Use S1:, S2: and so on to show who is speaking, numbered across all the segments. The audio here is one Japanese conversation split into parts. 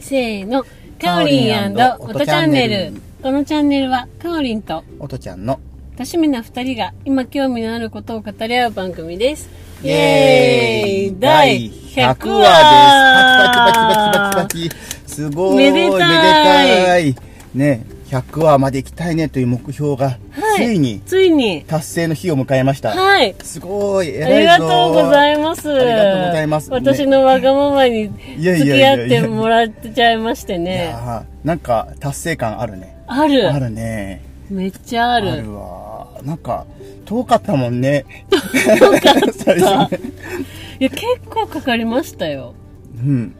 S1: せーの、カオリンオトチャンネル。このチャンネルは、カオリンと、
S2: おとちゃんの
S1: 多趣味な二人が、今興味のあることを語り合う番組です。
S2: イエーイ
S1: 第100
S2: 100
S1: 話
S2: 話ですパチパチパチパチパチすごい
S1: めでた
S2: めでたいね100話まで行きたいねという目標が、
S1: はい
S2: ついに
S1: ついに、
S2: 達成の日を迎えました、
S1: はい。
S2: すごい
S1: あり
S2: 偉いぞ
S1: がとうございます。
S2: ありがとうございますね
S1: 私のわがままに
S2: いや
S1: 付
S2: いやい
S1: き
S2: や
S1: 合ってもらっちゃいまして
S2: い
S1: ね。
S2: やーなんか達成感あるね
S1: ある
S2: あるね
S1: めっちゃあ
S2: あ
S1: る。
S2: わなんか遠かったもんね
S1: 遠かっ
S2: 最
S1: た。
S2: 初ね
S1: いや、結構かかりましたよ。
S2: うん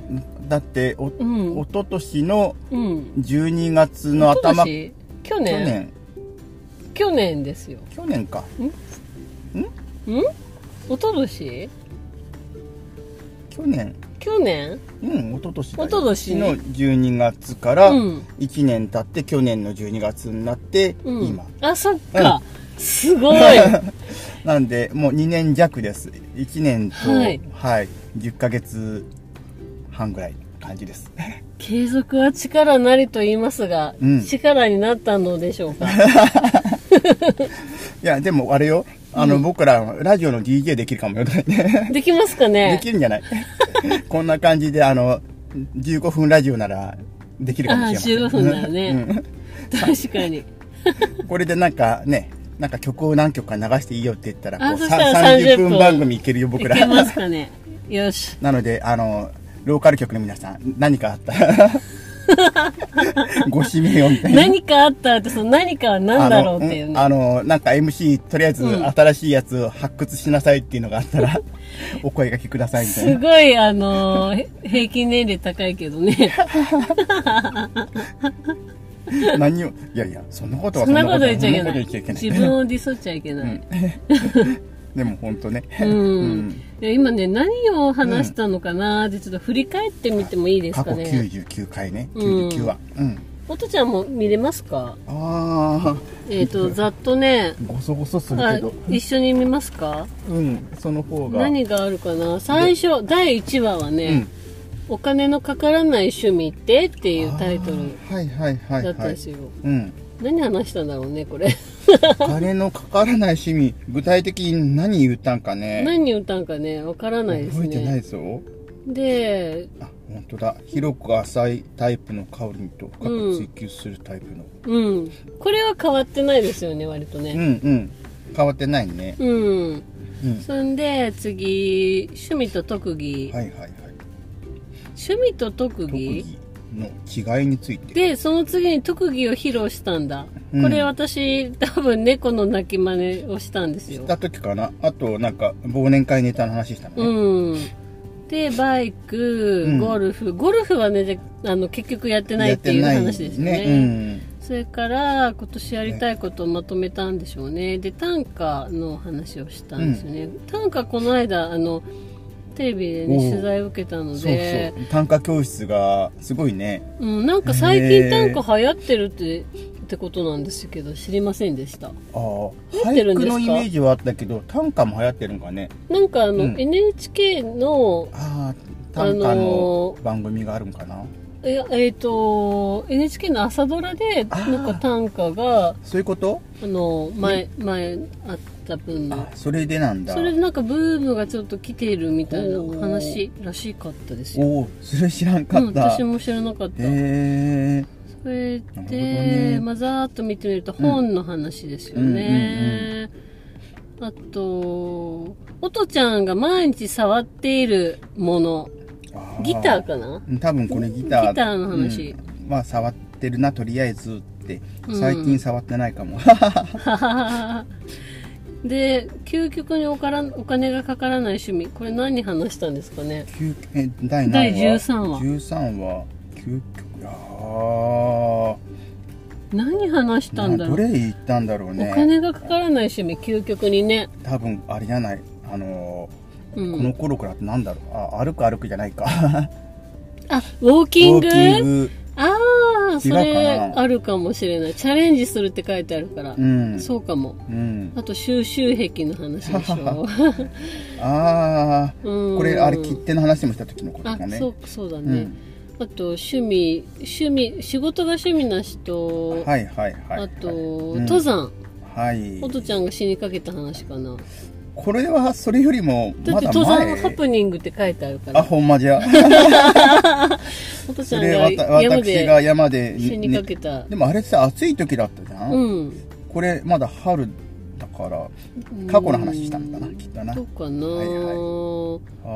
S2: だってお、
S1: ん
S2: 一昨年の
S1: うん。
S2: 12月の頭
S1: おととし去年
S2: 去年
S1: 去年ですよ。
S2: 去年か
S1: んおととし
S2: 去年
S1: 去年
S2: うん一昨年だよ
S1: 一昨年
S2: の12月から
S1: うん
S2: 1年経って、去年の12月になって、
S1: うん。
S2: 今
S1: あ、そっか。す ごい。
S2: なんでもう2年弱です1年と
S1: はい
S2: はい、10ヶ月半ぐらい感じです
S1: 継続は力なりと言いますが、
S2: うん
S1: 力になったのでしょ うか。
S2: いやでもあれよあの、僕らラジオの DJ できるかもよね
S1: できますかね
S2: できるんじゃない こんな感じであの15分ラジオならできるかもしれない
S1: あー15分だよね確かに。
S2: これでなんかねなんか曲を何曲か流していいよって言ったら
S1: あ
S2: こう
S1: そし
S2: さ
S1: たら30
S2: 30
S1: 分
S2: 分番組いけるよ僕
S1: いけ
S2: ら
S1: ますかね。よし。
S2: なのであのローカル局の皆さん何かあった らご指名をみたいな
S1: 何かあったって、その何かは何だろうっていうね。
S2: あのんあのなんか MC とりあえず
S1: うん
S2: 新しいやつを発掘しなさいっていうのがあっ たら、お声がけくださいみた
S1: す
S2: いな
S1: ごい、あのー、へ平均年齢高いけどね。
S2: 何をいやいやそんな ことは
S1: そんなこと言っちゃいけ
S2: そんな
S1: ない。
S2: こと言っちゃいけ
S1: 自
S2: ない
S1: 分をディスっちゃいけない。
S2: でも本当ね
S1: うん。
S2: うん
S1: で今ね、何を話したのかなーって、ちょっと振り返ってみてもいいです
S2: 過去
S1: かね。
S2: 99回ね
S1: うん
S2: 99話うん、
S1: おとちゃんも見れますか
S2: ああ
S1: えっ、と、ざっとね、
S2: ごそごそする
S1: あ
S2: けど
S1: 一緒に見ますか
S2: うんその方が
S1: 何があるかな最初、第1話は
S2: う
S1: ね
S2: ん、
S1: お金のかからない趣味ってっていうタイトル
S2: あーはいはいはい
S1: だ
S2: は
S1: っ
S2: い
S1: たんですよ。
S2: うん、
S1: 何話したんだろうね、これ。
S2: お金のかからない趣味具体的に何言ったんかね
S1: 何歌うかね、わからないです
S2: 覚えてない
S1: ね。
S2: ぞ
S1: で、
S2: あ本当だ広く浅いタイプの香りと深く追求するタイプの、
S1: うん。これは変わってないですよね、割と
S2: うん、う
S1: ね。
S2: ん変わってないね
S1: うん。
S2: うん
S1: そんで、次、趣味と特技。
S2: はいはいはい
S1: 趣味と特技
S2: 特技の違いについて
S1: で、その次に特技を披露したんだ。
S2: うん
S1: これ私、多分猫の鳴き真似をしたんです
S2: し
S1: よ。
S2: た時かなあとなんか忘年会ネタの話したのね、
S1: うん。で、バイク
S2: う、ん
S1: ゴルフ。ゴルフはね、じゃあの、結局やってないっていう話ですよね。
S2: ね
S1: それから、今年やりたいことをまとめたんでしょうね。で、短歌の話をしたんですよね。短歌この間、あの、テレビでね、
S2: おう
S1: 取材を受けた
S2: う
S1: の
S2: ん、そう
S1: で、
S2: そう短歌教室がすごいね
S1: うん、なんか最近
S2: へ
S1: 短
S2: ー
S1: 歌流行ってるって、ってことなんですけど、知りませんでした。
S2: ああ
S1: 流行ってる
S2: 俳
S1: んで
S2: 句
S1: すか
S2: のイメージはあったけど短歌も流行ってるんかね
S1: なんかあの、
S2: うん
S1: NHK の、
S2: ああ短歌
S1: あの
S2: の
S1: ー
S2: 番組があるんかな、
S1: ええっ、と、NHK の朝ドラで、
S2: あー
S1: なんか短歌が、あ
S2: そういうこと
S1: の、前、前あった分の
S2: あ。それでなんだ
S1: それでなんかブームがちょっと来ているみたいな話らしかったですよ。
S2: おおそれ知らんか
S1: うん、
S2: った、
S1: 私も知らなかった。
S2: へえ
S1: それ
S2: なるほど
S1: で、
S2: ね
S1: まあ、ざーっと見てみると本の話ですよね。あと、おとちゃんが毎日触っているもの、ギターかな
S2: 多分これギター
S1: ギターの話
S2: うんまあ触ってるなとりあえずって
S1: うん
S2: 最近触ってない かも、
S1: で、究極におからんお金がかからない趣味、これ何話したんですかね
S2: 究極え第何話
S1: 第13話
S2: 13話究極あ
S1: 何話したんだ
S2: あ
S1: ろ
S2: ど
S1: う
S2: れ言ったんだろうね
S1: お金がかからない趣味、究極にね。
S2: 多分あれじゃないあの
S1: う
S2: ー
S1: ん、
S2: この頃からってなんだろうあ歩く歩くじゃないか
S1: あ、ウォーキング
S2: ウォーキング
S1: ああ、そ
S2: 違うかな
S1: れあるかもしれない。チャレンジするって書いてあるから。
S2: うん
S1: そうかも。
S2: うん
S1: あと、収集癖の話でし ょ。
S2: ああ
S1: うん
S2: これあれ切手の話もした時のこと
S1: あ
S2: かも、ね
S1: そう、そうだ
S2: う
S1: ね
S2: ん。
S1: ああと趣味趣味仕事が趣味な人、
S2: はいはいはい。
S1: あと、
S2: うん
S1: 登山
S2: はい。
S1: おとちゃんが死にかけた話かなだ
S2: これはそれよりも、
S1: っ
S2: ま
S1: て
S2: だ
S1: 登山
S2: 前。
S1: ハプニングって書いてあるか
S2: あ、
S1: ら
S2: ほんまじゃ。
S1: おとち
S2: そ
S1: ゃん
S2: れ
S1: が
S2: わた、
S1: 山
S2: 私が
S1: で
S2: 山で。
S1: 死にかけた、
S2: でもあれさ、暑い時だったじゃん。
S1: うん
S2: これ、まだ春だから、過去の話したのかな、きっとな。
S1: どうかな、
S2: はい
S1: とか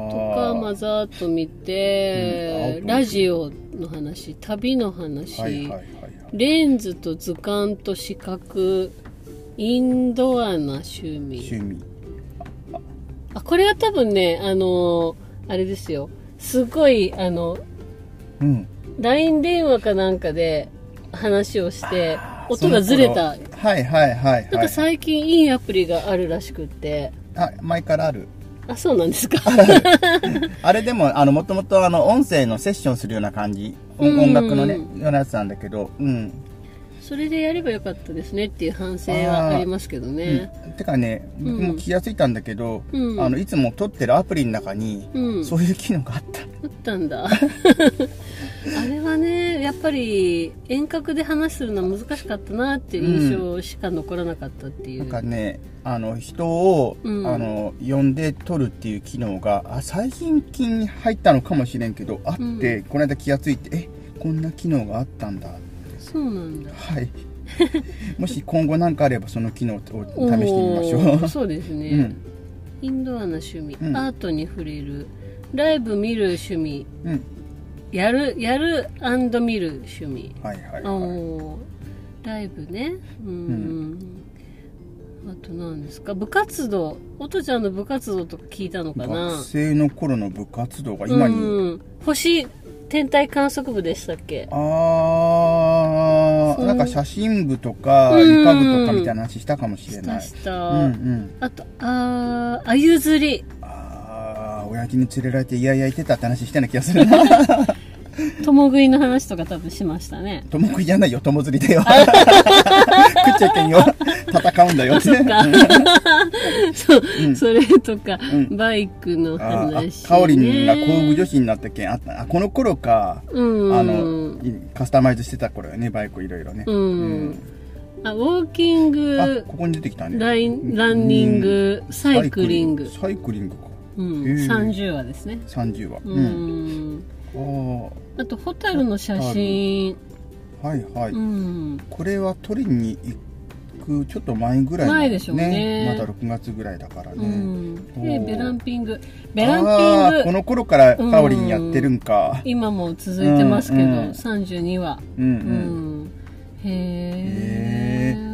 S1: まあ
S2: あ
S1: ざーっと見て、
S2: うん
S1: ラジオの話旅の話、
S2: ーはいはいはいはい。
S1: レンズと図鑑と視覚インドアな趣味
S2: 趣味。
S1: あこれは多分ねあのーあれですよすごいあの
S2: うん。
S1: LINE 電話かなんかで話をして音がずれた
S2: その頃はいはいはいはい。
S1: なんか最近いいアプリがあるらしくって
S2: あ、前からある。
S1: あそうなんです か
S2: あれでも、あの、もともと、あの、音声のセッションするような感じ。お
S1: うん
S2: 音楽のね、ようなやつなんだけど、うん。
S1: それでやればよかったですねっていう反省はありますけどね
S2: うんてかね、僕も気がついたんだけど、
S1: うん
S2: あの、いつも撮ってるアプリの中に、
S1: うん
S2: そういう機能があった。
S1: あったんだあれはねやっぱり遠隔で話するのは難しかったなっていう印象しか残らなかったっていう、
S2: なんかね、あの、人を、
S1: うん
S2: あの、呼んで撮るっていう機能が、あ最近近に入ったのかもしれんけど、あって、
S1: うん
S2: この間気がついて、え、こんな機能があったんだ。
S1: そうなんだ
S2: はい。 もし今後何かあれば、その機能を試してみましょ
S1: おー
S2: う。
S1: そうですね、
S2: うん。
S1: インドアな趣味、
S2: うん
S1: アートに触れるライブ見る趣味
S2: うん。
S1: やるやる見る趣味
S2: はいはい、
S1: あ
S2: はい。
S1: おライブねうん、あと何ですか部活動音ちゃんの部活動とか聞いたのかな
S2: 学生の頃の部活動が今に、
S1: うん、星天体観測部でしたっけ
S2: あ
S1: そ
S2: ー
S1: う
S2: なんか写真部とか
S1: うん
S2: 理科部とかみたいな話したかもしれ
S1: し
S2: な
S1: た
S2: い
S1: した、
S2: うんうん
S1: あとあーあゆ釣り
S2: ああ親父に連れられていやいやいてたって話したような気がするな
S1: 共食いの話とか多分しましたね
S2: 友食いじゃないよ友釣 りだよ食っちゃいけんよ戦うんだよって
S1: そっか そう、
S2: うん
S1: それとか、
S2: うん
S1: バイクの
S2: あー
S1: 話、ね、
S2: あかおりんが工具女子になった件あったあこの頃か
S1: うん
S2: あのいカスタマイズしてた頃よねバイクいろいろね
S1: うん、あウォーキン
S2: あ
S1: グ
S2: ここに出てきたね
S1: ラインランニング、サイクリング
S2: サイクリングか
S1: うん、
S2: へー
S1: 30話ですね
S2: 30は
S1: う、ん、
S2: あ
S1: あとホタルの写真
S2: あはいはい、
S1: うん
S2: これは取りに行くちょっと前ぐらいの
S1: 前でしょうね
S2: まだ6月ぐらいだから
S1: う
S2: ね、
S1: ん、
S2: お
S1: で
S2: ー
S1: ベランピング
S2: あ
S1: ベラン
S2: あー
S1: ピ
S2: こ
S1: ング
S2: の頃からカオリンやってるんか
S1: 今も続いてますけど、
S2: うんうん
S1: 32話
S2: うんう、
S1: うんん、へえ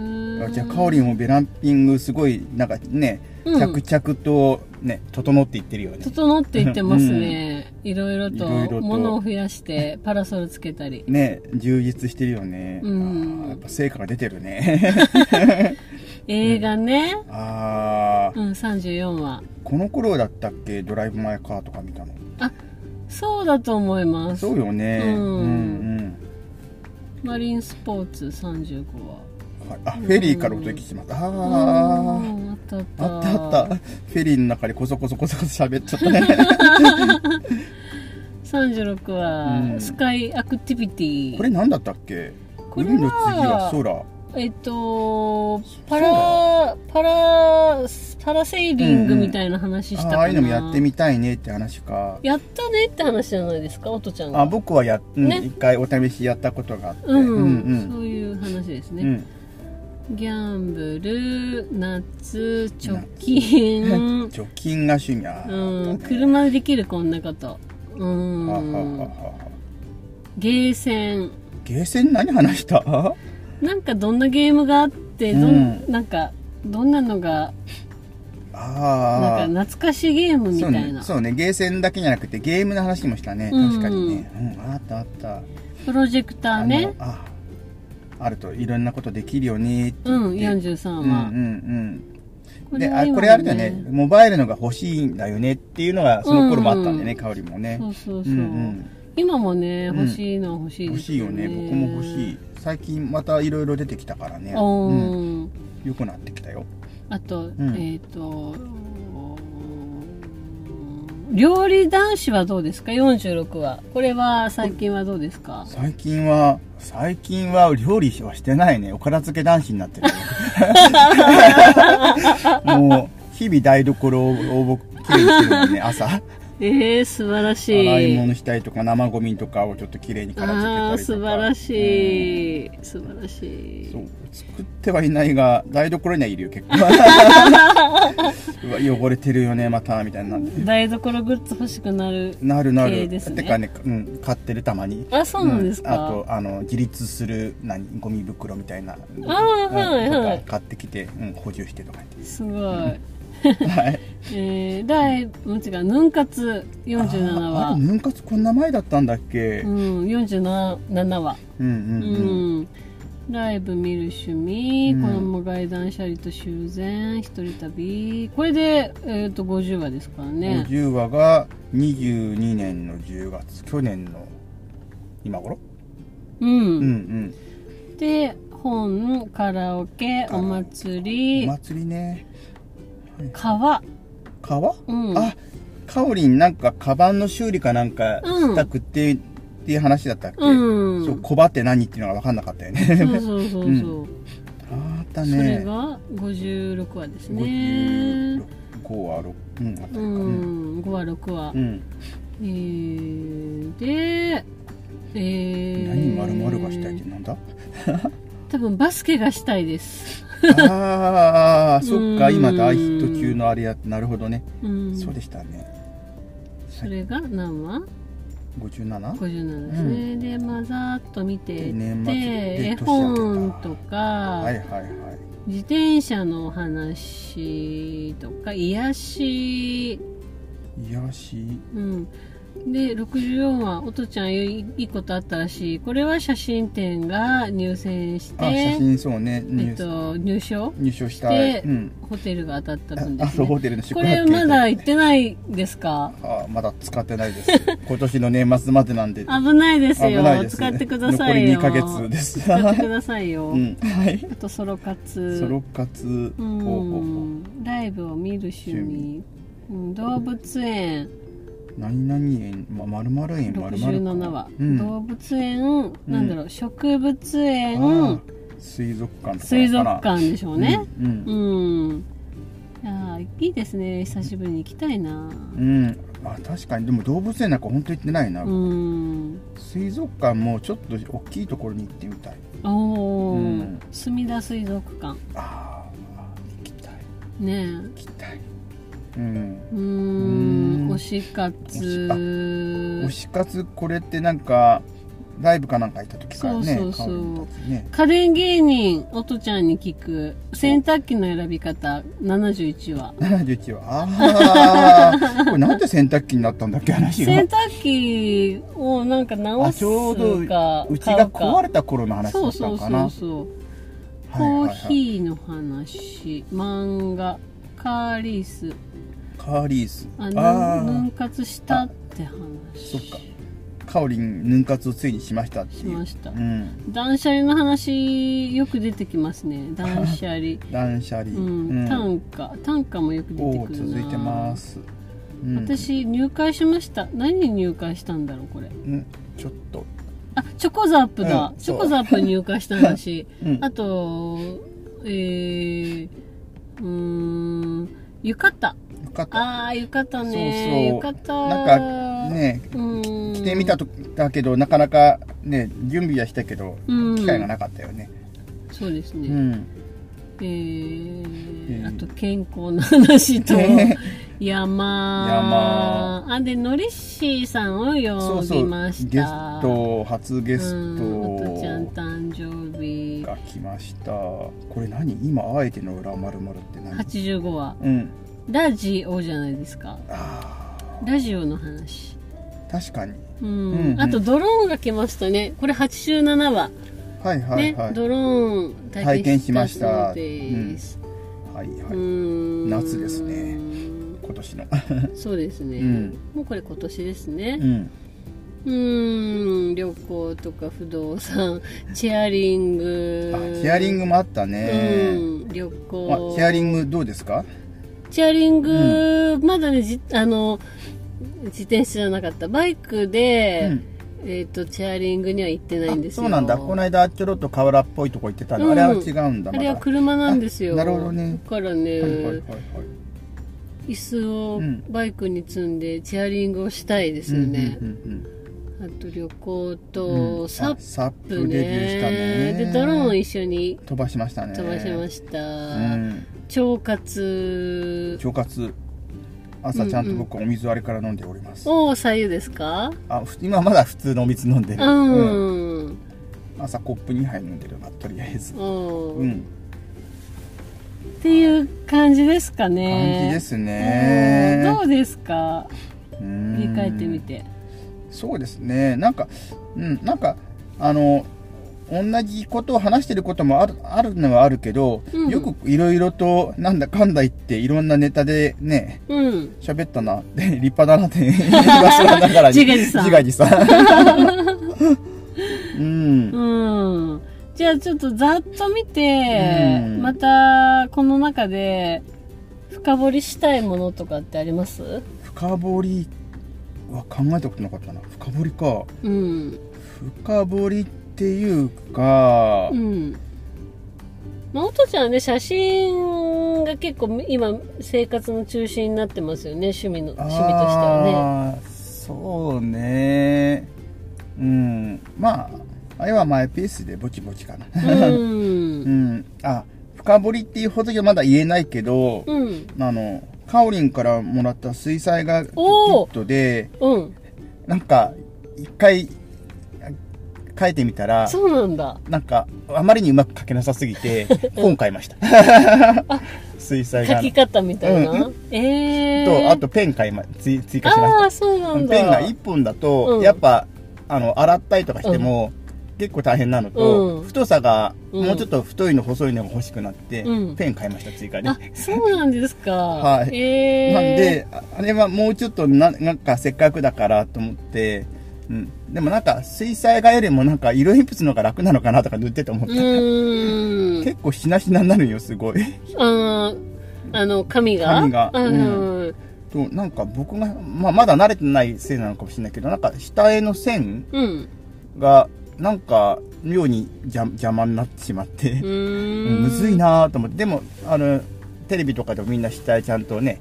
S2: あじゃあカオリンもベランピングすごいなんかね、
S1: うん
S2: 着々とね整っていってるよね
S1: 整っていってますね、いろいろと
S2: いろいろと
S1: 物を増や してパラソルつけたり
S2: ね充実してるよね、
S1: うん
S2: あーやっぱ成果が出て るね
S1: 映画ね、
S2: ああ
S1: うん34話
S2: この頃だったっけドライブ・マイ・カーとか見たの
S1: そうだと思います
S2: そうよね、
S1: うん
S2: うんうん
S1: マリンスポーツ35話
S2: はいあ、フェリーからお届けします。あ
S1: あ
S2: ー
S1: あったあった
S2: あったあった。フェリーの中でこそこそこそこそ喋っちゃったね。
S1: 36話、
S2: うん
S1: スカイアクティビティ
S2: これ何だったっけ
S1: これは
S2: 海の次は空。
S1: えっと、パラ、パラ、パラセーリングみたいな話したか
S2: あ
S1: な、
S2: ああいうのもやってみたいねって話か。
S1: やったねって話じゃないですか、おとちゃんが。
S2: あ、僕はや、うん
S1: ね
S2: 一回お試しやったことがあって。
S1: うん、
S2: うん
S1: そういう話です
S2: うん。
S1: ね。
S2: うん
S1: ギャンブル、夏、貯金、
S2: 貯金が趣味あ ー
S1: う
S2: あっ
S1: ん、
S2: たね
S1: 車でできるこんなこと。う
S2: ははは
S1: ん、
S2: はは
S1: ゲーセン。
S2: ゲーセン何話した
S1: なんかどんなゲームがあって、どん、
S2: うん
S1: なんか、どんなのが、な
S2: あ
S1: んか
S2: あ。
S1: 懐かしいゲームみ
S2: そ
S1: た
S2: う
S1: い
S2: ね
S1: な。
S2: そうねゲーセンだけじゃなくてゲームの話もしたね
S1: うん
S2: 確かにね、うんあったあった
S1: プロジェクターね。
S2: あのああるといろんなことできるよねって
S1: うん、
S2: う
S1: 43
S2: んう
S1: は。
S2: んう
S1: こ
S2: んで
S1: は
S2: あ
S1: 今
S2: これあれだよねモバイルのが欲しいんだよねっていうのがその頃もあったんでね、
S1: うん
S2: 香りもね
S1: そうそう
S2: う
S1: そう。
S2: んうん
S1: 今もね、
S2: うん
S1: 欲しいのは欲しい
S2: 欲
S1: です
S2: しいよね僕も欲し
S1: い。
S2: い最近またいろいろ出てきたからね、
S1: お
S2: うん、
S1: ー
S2: よくなってきたよ
S1: あと、
S2: ん
S1: えっ、と、料理男子はどうですか46はこれは最近はどうですか
S2: 最近は、最近は料理はしてないね。おから漬け男子になっ てる。もう、日々台所を応募きれいにしてるもんね、朝。
S1: えー、素晴ら し
S2: 洗い
S1: い
S2: 物したりとか、生ゴミとかをちょっときれいに片付けたり
S1: あ
S2: とか。
S1: あー素晴ら
S2: い。
S1: しい、素晴らしい
S2: そう作ってはいないが台所にはいるよ結構 うわ汚れてるよねまたみたいになって
S1: 台所グッズ欲しくなる
S2: なるな
S1: 系
S2: る、
S1: ですね
S2: てかね、うん、買ってるたまに
S1: あそうなんですか、
S2: うんあとあの自立する何ゴミ袋みたいなあ
S1: はいはい
S2: 買ってきて、うん、補充してとか言
S1: すごい、
S2: ってはい
S1: えー、第間違うヌン活47
S2: ああ
S1: 話
S2: れヌン活こんな前だったんだっけ、
S1: う
S2: うん、
S1: ん47話
S2: うん
S1: う
S2: うんうん
S1: んライブ見る趣味、
S2: うん
S1: 子供が断断捨離と修繕一人旅これで、えー、と50話ですからね
S2: 50話が22年の10月去年の今頃、
S1: うん、
S2: うんうん
S1: で本カラオケお祭り
S2: お祭りね
S1: 川
S2: 川、
S1: うん
S2: あかおりんなんかカバンの修理かなんかしたくて、っていう話だったっけ、
S1: うん
S2: そう小ばって何っていうのが分かんなかったよ
S1: そ
S2: ね
S1: うそうそうそう、
S2: あった
S1: それ
S2: ね
S1: が56話ですね
S2: 56 5は6うんあったか
S1: う
S2: うん
S1: ん5話6話、
S2: うん
S1: えー、でえー、
S2: 何丸々がしたいってなんだ
S1: 多分バスケがしたいです、
S2: ああそっか
S1: うん
S2: 今大ヒット中のあれやなるほどね
S1: うん、
S2: そうでしたね
S1: それが何話
S2: 57?
S1: 57ですね、でまあざーっと見て
S2: で
S1: い
S2: 年
S1: って
S2: 末で
S1: 絵
S2: 年明
S1: 本
S2: けた
S1: とか、
S2: はいはいはい
S1: 自転車の話とか癒し、
S2: いやし
S1: うん、で64話「おとちゃんいいいいことあったらしい」これは写真展が入選し
S2: あ写
S1: て、
S2: 真そうね
S1: え
S2: 入
S1: っと、入賞
S2: 入賞した
S1: で
S2: うん
S1: ホテルが当たった分で
S2: あ
S1: す、
S2: そう
S1: ね、
S2: ホテルの宿
S1: こ
S2: 泊
S1: れ
S2: 券
S1: まだ行ってないですか
S2: あまだ使ってないです 今年の年末までなんで
S1: 危ないですよ
S2: 危ないです
S1: 使ってくださいよ
S2: 残り2ヶ月です
S1: 使ってくださいよ、
S2: うんはい
S1: あとソロ活
S2: ソロ活
S1: う
S2: ほうほうほうん
S1: ライブを見る趣味
S2: 趣
S1: うん動物園
S2: 何々園ままるまる園まるまる
S1: 67話、
S2: うん
S1: 動物園なんだろう、植物
S2: あ
S1: 園
S2: ー水族館とか
S1: 水族館でしょうね
S2: うんうん
S1: うん、いやーいいですね久しぶりに行きたいな
S2: うんあ確かにでも動物園なんか本当行ってないな、
S1: うん
S2: 水族館もちょっと大きいところに行ってみたい
S1: おお、
S2: うん
S1: 墨田水族館
S2: ああ行きたい
S1: ね
S2: 行きたいうん
S1: えうー
S2: うんん
S1: 推し活
S2: 推し活これってなんかライブかなんか行った時からね
S1: そうそうそう
S2: かおりんたちね
S1: 家電芸人おとちゃんに聞く洗濯機の選び方71話
S2: 71はあ あこれなんで洗濯機になったんだっけ話が
S1: 洗濯機をなんか直
S2: あ
S1: す
S2: ちょうど
S1: か
S2: うち
S1: 買
S2: が
S1: うか
S2: 壊れた頃の話だ
S1: そう
S2: った
S1: そう
S2: のか
S1: そ
S2: な
S1: うそう
S2: はい
S1: コ
S2: は
S1: ー
S2: いはい
S1: ヒーの話漫画カーリース
S2: カーリース
S1: あ
S2: あ
S1: ぬ
S2: あ
S1: 分割したって話
S2: そっかカオリンヌン活をついにしましたっていう
S1: しました
S2: うん、
S1: 断捨離の話よく出てきますね断捨離
S2: 断捨離、
S1: うん、短歌短歌もよく出て
S2: おお
S1: くるな
S2: 続いてます、うん、
S1: 私入会しました何に入会したんだろうこれ
S2: うんちょっと
S1: あチョコザップだ、
S2: うん
S1: チ
S2: そう
S1: ョコザップに入会した話
S2: うん
S1: あとえー、うーん浴衣
S2: よかった
S1: あー浴衣ね
S2: そうそう
S1: 浴衣
S2: なんかね
S1: うーん
S2: 着てみたとだけどなかなかね準備はしたけど、
S1: うん
S2: 機会がなかったよね
S1: そうです
S2: う
S1: ね、
S2: ん
S1: えー、
S2: うん
S1: あと健康の話 と
S2: ね
S1: 山あでのりっしーさんを
S2: そ
S1: 呼
S2: うそ
S1: び
S2: う
S1: ました
S2: ゲスト初ゲス
S1: うんおとちゃん
S2: ト
S1: 誕生日
S2: が来ましたこれ何今あえての裏まるって何
S1: 85話
S2: うん
S1: ラジオじゃないですか
S2: あ
S1: ラジオの話
S2: ー確かに
S1: うん、
S2: んうん
S1: あとドローンが来ましたねこれ87話、
S2: はいはいはい、
S1: ねドローン体
S2: 体
S1: 験
S2: 験
S1: し
S2: したま
S1: そ
S2: し
S1: う
S2: た
S1: です、
S2: はいは
S1: う
S2: い、
S1: ん
S2: 夏ですね今年の
S1: そうですね、
S2: うん
S1: もうこれ今年ですね
S2: うん
S1: うーん旅行とか不動産チェアリング
S2: あヒアリン
S1: グ
S2: グもあったね、
S1: うん、旅行、
S2: あヒアリングどうですか
S1: チェアリング、まだねじあの自転車じゃなかった。バイクで、
S2: うん
S1: えっ、と、チェアリングには行ってないんですよ。
S2: そうなんだこの間ちょろっと河原っぽいとこ行ってたの、あれは違うんだ
S1: あれは
S2: まだ
S1: 車なんですよ。
S2: あなるほどね
S1: だからね、
S2: はいはいはいはい
S1: 椅子を
S2: うん
S1: バイクに積んでチェアリングをしたいですよね。
S2: うんうん
S1: あと旅行
S2: う
S1: と、
S2: んうん
S1: サッ
S2: あサップ
S1: プ
S2: デビ
S1: ね
S2: ューしたね
S1: で、ドローン一緒に
S2: 飛ばしましたね
S1: 飛ばしました。
S2: うん
S1: 腸活
S2: 腸活朝ちゃんと僕お水あれから飲んでおります、
S1: を左右ですか
S2: あふ今まだ普通のお水飲んでる、
S1: うん。うん。
S2: 朝コップ2杯飲んでるわとりあえずう
S1: っ
S2: ん
S1: ていう感じですかね。
S2: 感じですね
S1: うんどうですか
S2: うん
S1: 振り返ってみて。
S2: そうですねなんかうんなんかあの同じことを話してることもあるあるのはあるけど、
S1: うん
S2: よくいろいろとなんだかんだ言っていろんなネタでね
S1: うん。
S2: 喋ったなって 立派だなって言いましただから
S1: 自画自賛
S2: 自画自賛 うん、
S1: うん。じゃあちょっとざっと見て、
S2: うん
S1: またこの中で深掘りしたいものとかってあります
S2: 深掘りは考えたことなかったな深掘りか
S1: うん。
S2: 深掘りっていうか
S1: う、ん。まあ、おとちゃんはね、写真が結構今生活の中心になってますよね、趣味の、趣味としてはね。
S2: あーそうねうんまああれはマイペースでぼちぼちかな
S1: うん
S2: うんあ深掘りっていうほどじゃまだ言えないけど、
S1: うん。
S2: あのかおりんからもらった水彩画キ
S1: おー
S2: ットで
S1: うん。
S2: なんか一回書いてみたら
S1: そうなんだ。
S2: なんかあまりにうまく書けなさす ぎて本買いました 水彩画
S1: 書
S2: の
S1: き方みたいな。
S2: う
S1: ええー。
S2: とあとペン買い、ま、追追加しました
S1: ああ、そうなんだ。
S2: ペンが1本だと、
S1: うん
S2: やっぱあの洗ったりとかしても、結構大変なのと、
S1: うん
S2: 太さが
S1: うん
S2: もうちょっと太いの細いのが欲しくなって、
S1: うん
S2: ペン買いました追加で、
S1: あ、そうなんですか。
S2: はい
S1: ええー。
S2: なんでああれはもうちょっとななんかせっかくだからと思って、うん、でもなんか水彩画よりもなんか色鉛筆の方が楽なのかなとか塗ってて思っ
S1: う
S2: た、
S1: ー ん。
S2: 結構しなしなになるよすごい
S1: あーあの、紙が
S2: 紙が
S1: うん。
S2: となんか僕が、まあ、まだ慣れてないせいなのかもしれないけどなんか下絵の線
S1: うん。
S2: がなんか妙に邪邪魔になってしまって、
S1: うーん。
S2: むずい。なぁと思ってでもあのテレビとかでもみんな下絵ちゃんとね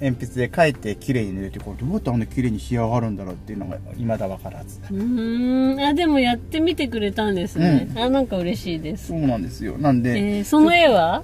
S2: 鉛筆で描いて綺麗に塗れてこれどうやってあんな綺麗に仕上がるんだろうっていうのが未だ分からず
S1: うーん。あ、でもやってみてくれたんですね。あ、なんか嬉しいです。
S2: そうなんですよなんで、
S1: えー、その絵は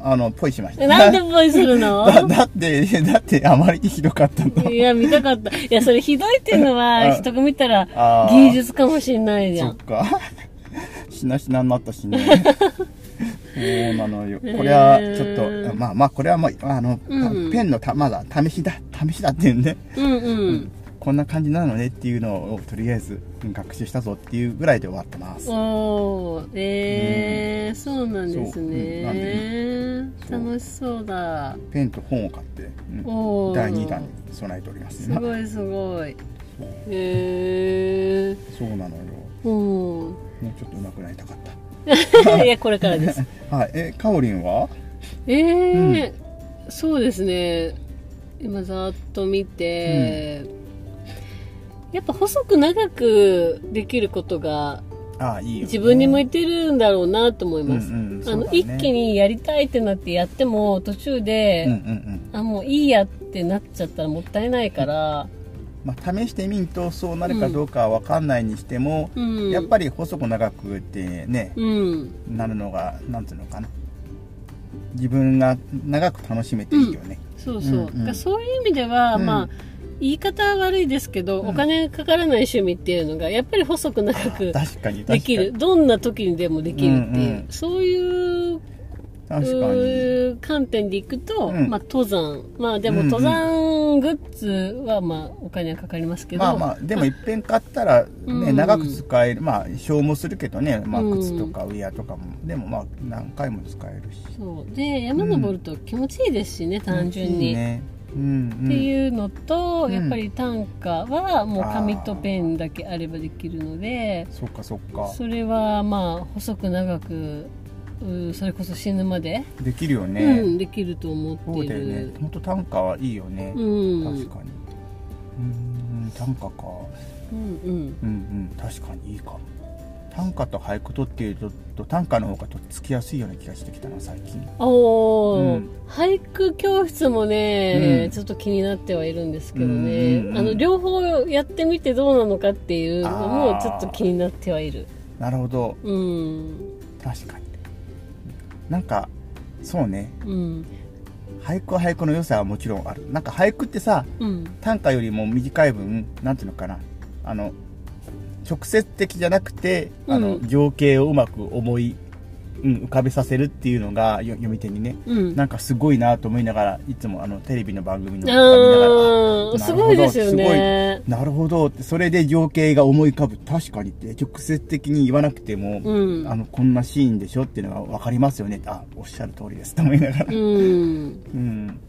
S2: あのポイしまし た
S1: なんでボイするの
S2: だだってだってあまりにひどかったの
S1: いや、見たかった。いや、それひどいっていうのは、
S2: あ
S1: 人が見たら
S2: あー
S1: 芸術かもしれないじゃ
S2: そっ
S1: ん。
S2: か しなしなになったし ねそうなのよこれはちょっ
S1: へ
S2: と、
S1: ー
S2: まあまあこれはもうあの、
S1: うん
S2: ペンのたまだ試しだ試しだっていうんね
S1: うんうん。
S2: こんな感じなのねっていうのをとりあえずうん学習したぞっていうぐらいで終わってます。
S1: おー、えー、そうなんですね。
S2: そうなんで
S1: 楽しそうだ。
S2: ペンと本を買って、うん
S1: おー
S2: 第2弾に備えております
S1: す
S2: ね。
S1: ごいすご い。え
S2: そうなのよ。
S1: ー、うん。
S2: もうちょっと上手くなりたかっ
S1: いや、これからです。
S2: た。 はい。え、かおりんは
S1: えー、そうですね。今、ざーっと見て、やっぱ細く長くできることが
S2: ああ、いいよ、
S1: 自分に向
S2: い
S1: いてるんだろうなと思います、
S2: うんうん
S1: あの
S2: そうだね
S1: 一気にやりたいってなってやっても途中
S2: うんう
S1: で、
S2: んうん。
S1: あもういいやってなっちゃったらもったいないから、
S2: まあ、試してみんとそうなるかどうかは分かんないにしても、
S1: うん、
S2: やっぱり細く長くってね、
S1: うん
S2: なるのが、なんていうのかな。自分が長く楽しめていいよね。
S1: そうそう、
S2: うんうん
S1: だからそういう意味では、
S2: うん
S1: まあ言い方は悪いですけど、
S2: うん
S1: お金かからない趣味っていうのがやっぱり細く長く
S2: 確かに確かに。
S1: できるどんな時にでもできるっていう、
S2: うんうん
S1: そういう
S2: 確かに。
S1: うー観点でいくと、
S2: うん
S1: まあ登山まあでも
S2: うんうん
S1: 登山グッズはまあお金はかかりますけど、
S2: まあまあでもいっぺん買ったら、ね
S1: うん
S2: 長く使えるまあ消耗するけどね、まあ、
S1: うん
S2: 靴とかウェアとかも、でもまあ何回も使えるし
S1: そうで山登ると気持ちいいですしね、単純
S2: いい
S1: に。
S2: ねうんうん、
S1: っていうのと、
S2: うん
S1: やっぱり短歌はもう紙とペンだけあればできるので
S2: そっかそっか
S1: それはまあ細く長くうーそれこそ死ぬまで、
S2: できるよ
S1: う
S2: ね、
S1: ん、できると思
S2: そう
S1: って
S2: だよ
S1: る
S2: ね本当単価はいいよね、
S1: うん
S2: 確かにうん短歌か
S1: うんうん
S2: うんうん確かにいいかも短歌と俳句とっていうと短歌の方がとっつきやすいような気がしてきたな最近
S1: おー
S2: うん
S1: 俳句教室もね、
S2: うん
S1: ちょっと気になってはいるんですけど
S2: う
S1: ね
S2: んうんうん
S1: あの両方やってみてどうなのかっていうの
S2: あ
S1: も
S2: ー
S1: ちょっと気になってはいる
S2: なるほど
S1: うん
S2: 確かになんかそうね
S1: うん
S2: 俳句は俳句の良さはもちろんあるなんか俳句ってさ
S1: うん
S2: 短歌よりも短い分なんていうのかなあの直接的じゃなくてあの、
S1: うん
S2: 情景をうまく思い、うん、浮かべさせるっていうのがよ読み手にね
S1: うん
S2: なんかすごいなと思いながらいつもあのテレビの番組の
S1: あー
S2: を見ながら
S1: すごいですよね
S2: なるほどってそれで情景が思い浮かぶ確かにって直接的に言わなくても、
S1: うん
S2: あのこんなシーンでしょっていうのが分かりますよねあおっしゃる通りですと思いながら
S1: うん
S2: うん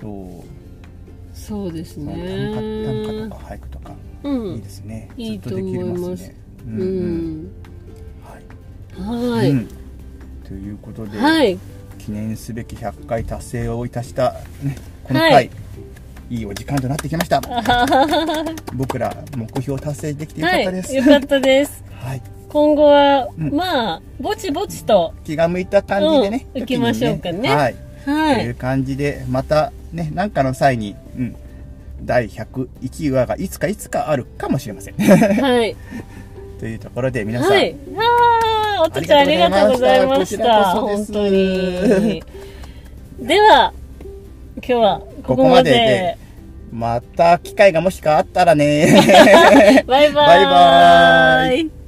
S2: そう
S1: そうです
S2: 短歌
S1: ね
S2: 短歌とか俳句とか
S1: う
S2: いい
S1: ん
S2: ですね。
S1: いい
S2: ずっとできますね。う
S1: うん
S2: うん
S1: ん
S2: はい
S1: はい、
S2: うんということで、
S1: はい
S2: 記念すべき100回達成をいたした、ね、この
S1: は
S2: 回、
S1: い
S2: い、いお時間となってき ました。僕ら目標達成できてよかったです。
S1: はい、よかったです。
S2: はい、
S1: 今後は、
S2: うん
S1: まあ、ぼちぼちと。
S2: 気が向いた感じでね、
S1: うん
S2: 時に
S1: 行きましょうかね
S2: はい、
S1: は
S2: という
S1: い。
S2: 感じでまたね何かの際に、うん、第101話がいつかいつかあるかもしれません。
S1: はい。
S2: というところで皆さん、
S1: はい。ああ、おとちゃんありがとうございまし
S2: ありが
S1: た。
S2: と
S1: 本当
S2: うございましたこちらこそで
S1: に。では、今日はこ
S2: こ
S1: こ
S2: こ
S1: ま
S2: ま
S1: で。
S2: でで、また機会がもしかあったらね。
S1: バイバーイ。
S2: バイバー
S1: イ